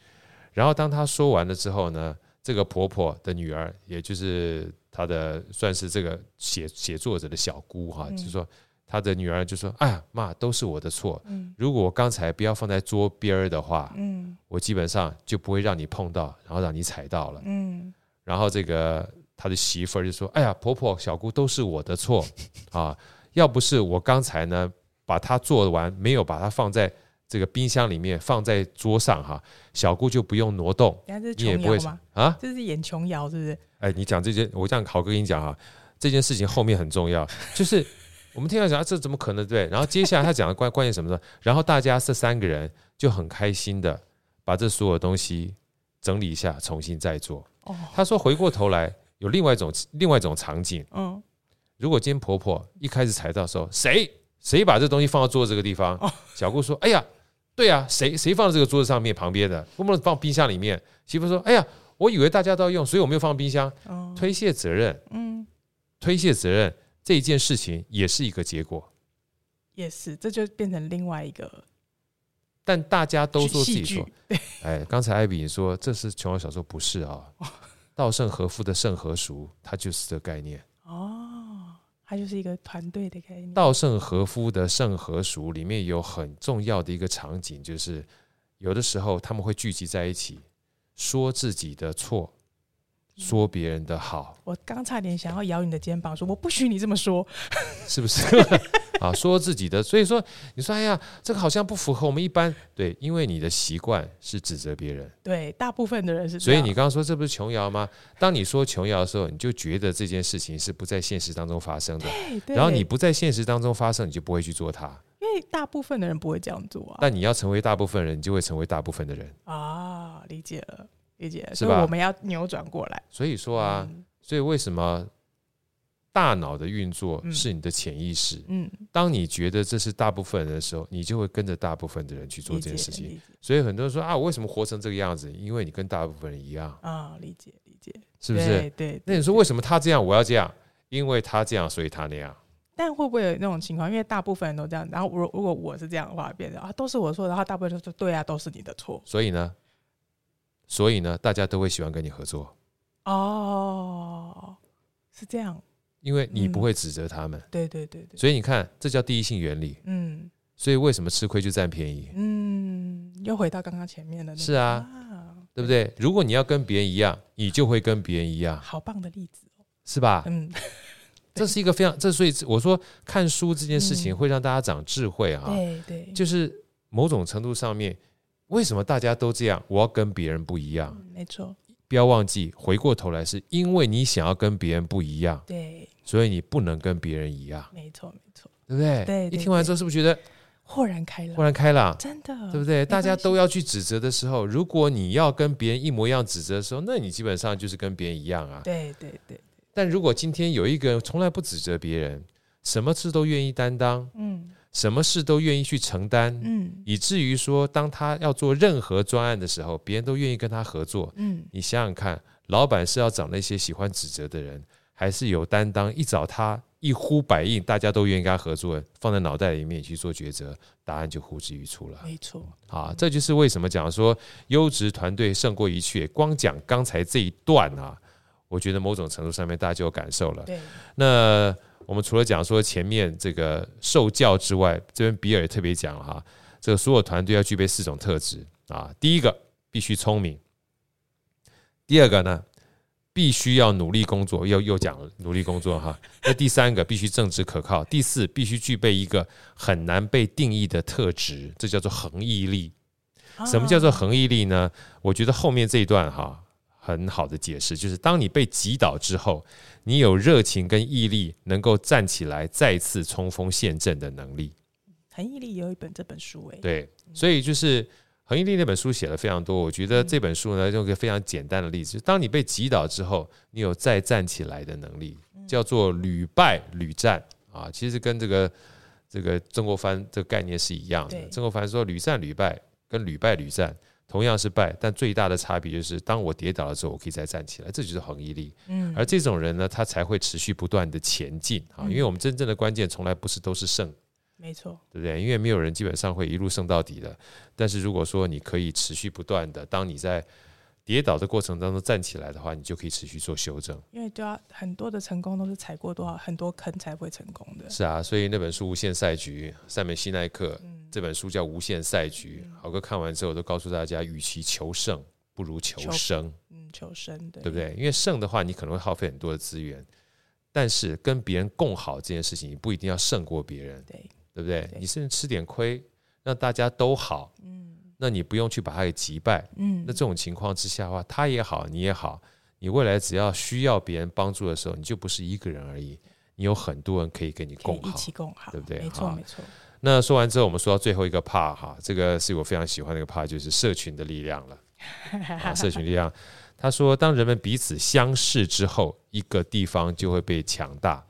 然后当她说完了之后呢，这个婆婆的女儿，也就是她的算是这个写写作者的小姑哈，嗯就说她的女儿就说：“哎呀，妈，都是我的错。嗯，如果我刚才不要放在桌边儿的话，嗯，我基本上就不会让你碰到，然后让你踩到了。嗯，”然后这个她的媳妇儿就说：“哎呀，婆婆、小姑都是我的错啊！要不是我刚才呢把它做完，没有把它放在这个冰箱里面，放在桌上哈，小姑就不用挪动。”人家这是你也琼不会瑶吗？啊，这是演琼瑶是不是？哎，你讲这件，我这样好哥跟你讲啊，这件事情后面很重要，就是我们听到讲、啊、这怎么可能对？然后接下来他讲的关关键什么呢？然后大家这三个人就很开心的把这所有东西整理一下，重新再做。哦，他说回过头来有另外一种另外一种场景，嗯，如果今天婆婆一开始踩到的时候，谁谁把这东西放到桌子这个地方？哦小顾说：“哎呀，对呀、谁谁放到这个桌子上面旁边的？不能放冰箱里面。”媳妇说：“哎呀，我以为大家都要用，所以我没有放冰箱。”哦，推卸责任，嗯，推卸责任这一件事情也是一个结果，也是，这就变成另外一个但大家都说自戏己说剧，，对，哎，刚才艾比你说这是琼瑶小说，不是 <laughs> 啊？稻盛和夫的盛和熟，它就是这个概念。哦，它就是一个团队的概念，稻盛和夫的《盛和熟》里面有很重要的一个场景，就是有的时候他们会聚集在一起，说自己的错，嗯说别人的好，我刚差点想要咬你的肩膀，说我不许你这么说，是不是？ <laughs> 啊，说自己的，所以说你说，哎呀，这个好像不符合我们一般对，因为你的习惯是指责别人，对，啊大部分的人是这所以样，你刚刚说这不是琼瑶吗？当你说琼瑶的时候，你就觉得这件事情是不在现实当中发生的，哎对哦然后你不在现实当中发生，你就不会去做它。因为大部分的人不会这样做啊，但你要成为大部分人，你就会成为大部分的人。啊，理解了，理解了，是所以吧我们要扭转过来，所以说啊，嗯所以为什么大脑的运作嗯是你的潜意识？嗯，当你觉得这是大部分人的时候，你就会跟着大部分的人去做理这解件事情。理解所以很多人说啊，我为什么活成这个样子？因为你跟大部分人一样，啊，理解理解，是不对是？对，那你说为什么他这样，我要这样？因为他这样，所以他那样。但会不会有那种情况？因为大部分人都这样，然后如如果我是这样的话，变成啊都是我错，然后大部分人就说对啊，都是你的错所以呢，所以呢，大家都会喜欢跟你合作，哦，是这样，因为你不嗯会指责他们。对对对对，所以你看，这叫第一性原理。嗯所以为什么吃亏就占便宜，嗯，又回到刚刚前面的那个是啊对不对？如果你要跟别人一样，你就会跟别人一样，好棒的例子哦，是吧？嗯，这是一个非常这，所以我说看书这件事情嗯会让大家长智慧啊，对对，就是某种程度上面，为什么大家都这样？我要跟别人不一样。嗯没错，不要忘记，回过头来是因为你想要跟别人不一样，对，所以你不能跟别人一样，没错没错，对不对？对对一听完之后，是不是觉得豁然开朗豁，然开朗？真的，对不对？对？系大家都要去指责的时候，如果你要跟别人一模一样指责的时候，那你基本上就是跟别人一样啊。对对对，但如果今天有一个人从来不指责别人，什么事都愿意担当，嗯什么事都愿意去承担，嗯以至于说，当他要做任何专案的时候，别人都愿意跟他合作。嗯，你想想看，老板是要找那些喜欢指责的人，还是有担当？一找他，一呼百应，大家都愿意跟他合作，放在脑袋里面去做抉择，答案就呼之欲出了。没错，啊，这就是为什么讲说优质团队胜过一切。光讲刚才这一段啊，我觉得某种程度上面大家就有感受了。对，那我们除了讲说前面这个受教之外，这边比尔也特别讲了哈、这个所有团队要具备四种特质啊。第一个必须聪明，第二个呢必须要努力工作，又又讲了努力工作哈。那第三个必须正直可靠，第四必须具备一个很难被定义的特质，这叫做恒毅力。什么叫做啊恒毅力呢？我觉得后面这一段哈很好的解释，就是当你被击倒之后，你有热情跟毅力，能够站起来再次冲锋陷阵的能力。恒毅力有一本这本书哎，对，所以就是恒毅力那本书写了非常多，我觉嗯得这本书呢用一个非常简单的例子，就是当你被击倒之后，你有再站起来的能力，嗯叫做屡败屡战啊。其实跟这个这个曾国藩这个概念是一样的对。曾国藩说屡战屡败跟屡败屡战。同样是败，但最大的差别就是，当我跌倒了之后，我可以再站起来，这就是恒毅力。嗯，而这种人呢，他才会持续不断的前进啊，嗯因为我们真正的关键从来不是都是胜没错，对不对？因为没有人基本上会一路胜到底的。但是如果说你可以持续不断的，当你在跌倒的过程当中站起来的话，你就可以持续做修正。因为就要很多的成功都是踩过多少很多坑才会成功的，是啊，所以那本书《无限赛局》，塞美西奈克嗯，这本书叫《无限赛局》。豪哥看完之后都告诉大家，与其求胜，不如求求生，嗯，求生对对不？对？因为胜的话，你可能会耗费很多的资源，但是跟别人共好这件事情，你不一定要胜过别人，对，对不对？对你甚至吃点亏，让大家都好，嗯那你不用去把它给击败。嗯，那这种情况之下的话，他也好，你也好，你未来只要需要别人帮助的时候，你就不是一个人而已，你你有很多人可以跟你嗯可以共一好。起共好，对不对没错好没错，那说完之后，我们说到最后一个 part 哈，这个是我非常喜欢的一个 part，就是社群的力量了。啊，社群力量，他说，当人们彼此相识之后，一个地方就会被强大。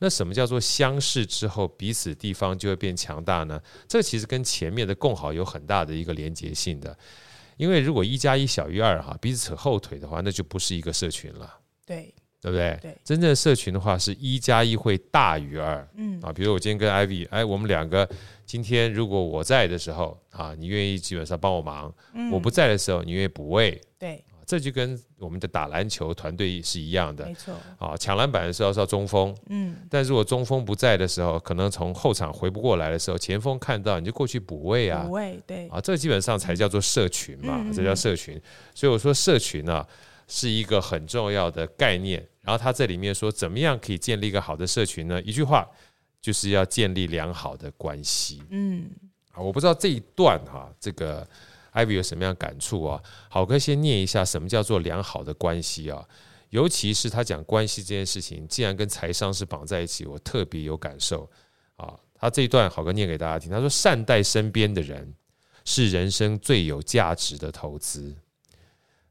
那什么叫做相识之后，彼此地方就会变强大呢？这其实跟前面的共好有很大的一个连结性的，因为如果一加一小于二哈，彼此扯后腿的话，那就不是一个社群了，对，对不对？对真正的社群的话，是一加一会大于二。嗯，啊，比如我今天跟 Ivy，哎，我们两个今天如果我在的时候啊，你愿意基本上帮我忙；嗯我不在的时候，你愿意补位。对，啊这就跟我们的打篮球团队是一样的没错，啊，抢篮板的时候是要中锋，嗯，但如果中锋不在的时候，可能从后场回不过来的时候，前锋看到你就过去补位啊五，位，对，啊，这基本上才叫做社群嘛，嗯嗯嗯这叫社群。所以我说社群啊是一个很重要的概念。然后他这里面说，怎么样可以建立一个好的社群呢？一句话就是要建立良好的关系嗯，啊。我不知道这一段哈、这个 Ivy 有什么样的感触啊？好哥先念一下什么叫做良好的关系啊。尤其是他讲关系这件事情，既然跟财商是绑在一起，我特别有感受啊。他这一段好哥念给大家听，他说：“善待身边的人，是人生最有价值的投资。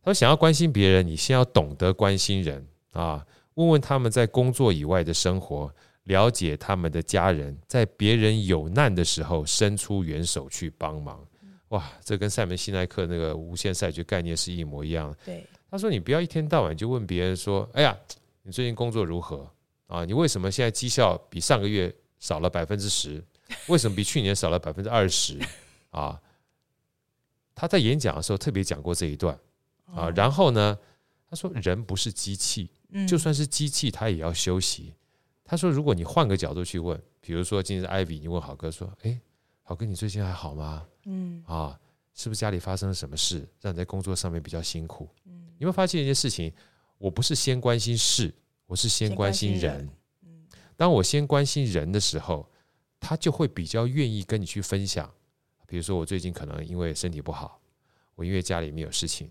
他说，想要关心别人，你先要懂得关心人啊，问问他们在工作以外的生活，了解他们的家人，在别人有难的时候伸出援手去帮忙。哇，这跟塞门西奈克那个无限赛局概念是一模一样的。对，他说：“你不要一天到晚就问别人说，哎呀，你最近工作如何啊？你为什么现在绩效比上个月少了百分之十？ <laughs> 为什么比去年少了百分之二十？啊？”他在演讲的时候特别讲过这一段啊。哦然后呢，他说：“人不是机器，嗯就算是机器，它也要休息。”他说：“如果你换个角度去问，比如说今天艾比，你问好哥说，哎，好哥，你最近还好吗？嗯啊，是不是家里发生了什么事，让你在工作上面比较辛苦？”嗯你会发现一件事情，我不是先关心事，我是先关心人。先关心嗯当我先关心人的时候，他就会比较愿意跟你去分享。比如说，我最近可能因为身体不好，我因为家里面有事情，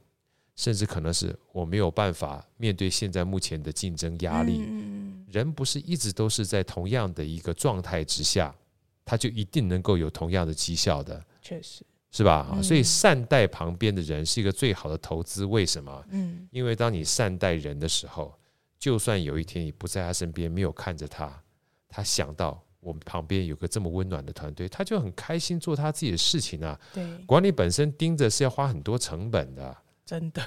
甚至可能是我没有办法面对现在目前的竞争压力。嗯嗯人不是一直都是在同样的一个状态之下，他就一定能够有同样的绩效的，嗯确实，是吧？啊嗯所以善待旁边的人是一个最好的投资。为什么？嗯因为当你善待人的时候，就算有一天你不在他身边，没有看着他，他想到我们旁边有个这么温暖的团队，他就很开心做他自己的事情啊。对，管理本身盯着是要花很多成本的，真的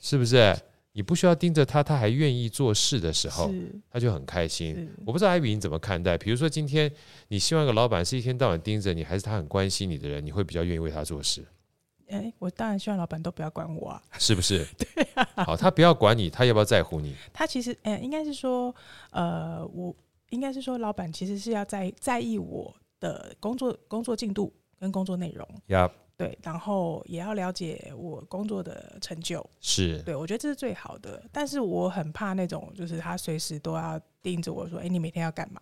是不是？你不需要盯着他，他还愿意做事的时候，是嗯他就很开心。是，我不知道艾比你怎么看待？比如说今天你希望一个老板是一天到晚盯着你，还是他很关心你的人，你会比较愿意为他做 <laughs> 事，哎，我当然希望老板都不要管我啊，是不是？对啊。好，他不要管你，他要不要在乎你？他其实，呃，应该是说，呃，我应该是说，老板其实是要在在意我的工作工作进度跟工作内容，呀、对，然后也要了解我工作的成就，是对我啊觉得这是最好的。但是我很怕那种，就是他随时都要盯着我说，哎，你每天要干嘛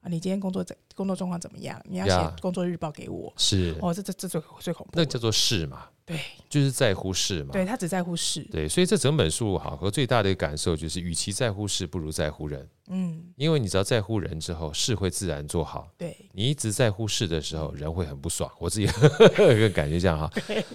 啊？你今天工作怎工作状况怎么样？你要呀写工作日报给我。是。哦，这这这最最恐怖那了，叫做事嘛，对就是在乎事嘛。对，他只在乎事，对所以这整本书好和最大的感受就是，与其在乎事，不如在乎人。嗯，因为你只要在乎人之后，事会自然做好。对，你一直在乎事的时候，人会很不爽。我自己有个感觉这样哈。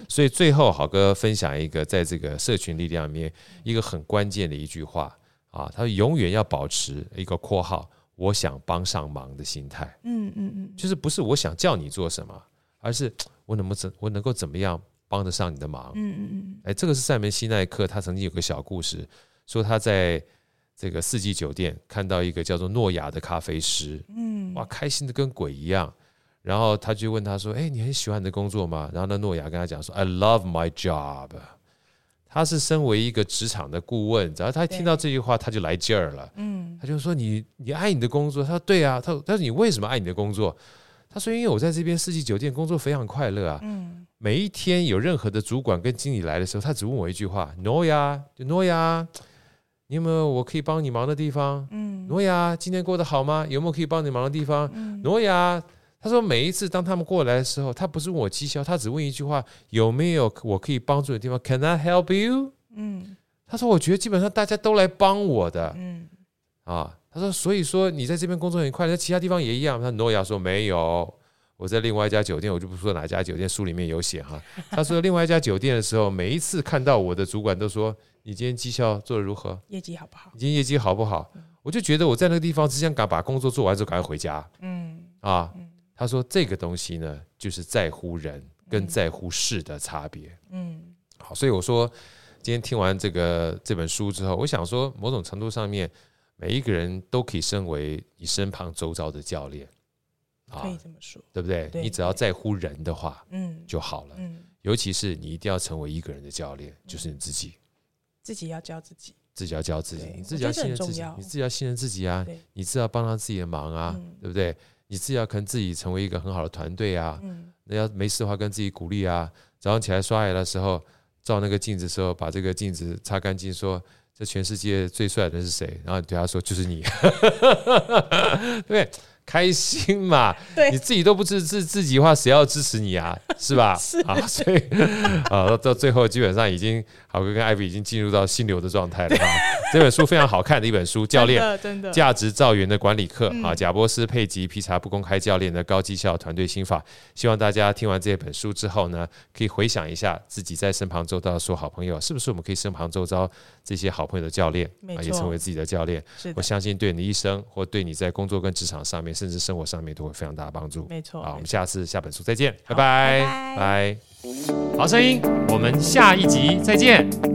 所以最后，好哥分享一个在这个社群力量里面一个很关键的一句话啊，他说永远要保持一个括号“我想帮上忙”的心态。嗯嗯嗯，就是不是我想叫你做什么，而是我能不怎我能够怎么样帮得上你的忙。嗯嗯嗯，哎，这个是塞门西奈克，他曾经有个小故事，说他在这个四季酒店看到一个叫做诺亚的咖啡师，嗯，哇，开心的跟鬼一样。然后他就问他说：“哎，你很喜欢你的工作吗？”然后那诺亚跟他讲说：“I love my job。”他是身为一个职场的顾问，然后他一听到这句话他就来劲儿了。嗯他就说你你爱你的工作，他说对啊，他说他说你为什么爱你的工作？他说因为我在这边四季酒店工作非常快乐啊，嗯每一天有任何的主管跟经理来的时候，他只问我一句话：诺亚，诺亚，你有没有我可以帮你忙的地方？嗯诺亚，今天过得好吗？有没有可以帮你忙的地方？嗯挪亚，他说每一次当他们过来的时候，他不是问我绩效，他只问一句话：有没有我可以帮助的地方？Can I help you？嗯啊他说我觉得基本上大家都来帮我的。嗯啊，他说：“所以说你在这边工作很快乐，在其他地方也一样。”他诺亚说：“没有，我在另外一家酒店，我就不说哪家酒店，书里面有写哈。”他说：“另外一家酒店的时候，每一次看到我的主管都说：‘你今天绩效做得如何？业绩好不好？你今天业绩好不好？’我就觉得我在那个地方只想赶把工作做完之后赶快回家嗯啊。嗯”他说：“这个东西呢，就是在乎人跟在乎事的差别。”嗯好，所以我说今天听完这个这本书之后，我想说，某种程度上面，每一个人都可以身为你身旁周遭的教练啊可以，这么说。对不对？对你只要在乎人的话嗯就好了。嗯，尤其是你一定要成为一个人的教练，就是你自己，自己要教自己。自己要教自己对，你我自己觉要得这信任很自重己要，你自己要信任自己啊对，你自己要帮上自己的忙啊，嗯对不对？你自己要跟自己成为一个很好的团队啊，嗯那要没事的话跟自己鼓励啊。早上起来刷牙的时候，照那个镜子的时候，把这个镜子擦干净，说这全世界最帅的人是谁？然后你对他说就是你， <laughs> 对，开心嘛。对你自己都不支持自己的话，谁要支持你啊？是吧？ <laughs> 是啊，所以 <laughs> 啊，到到最后基本上已经好哥跟艾比已经进入到心流的状态了哈。这本书非常好看的一本书，教练。真 <laughs> 的真的，价值造源的管理课、啊，嗯贾波斯、佩吉、皮查不公开教练的高绩效团队心法。希望大家听完这本书之后呢，可以回想一下自己在身旁周遭的所有好朋友，是不是我们可以身旁周遭这些好朋友的教练没啊，错也成为自己的教练。是我的，相信对你一生或对你在工作跟职场上面，甚至生活上面都会非常大的帮助。没错。好，我没们错下次下本书再见，拜好拜拜拜。好声音，我们下一集再见，拜。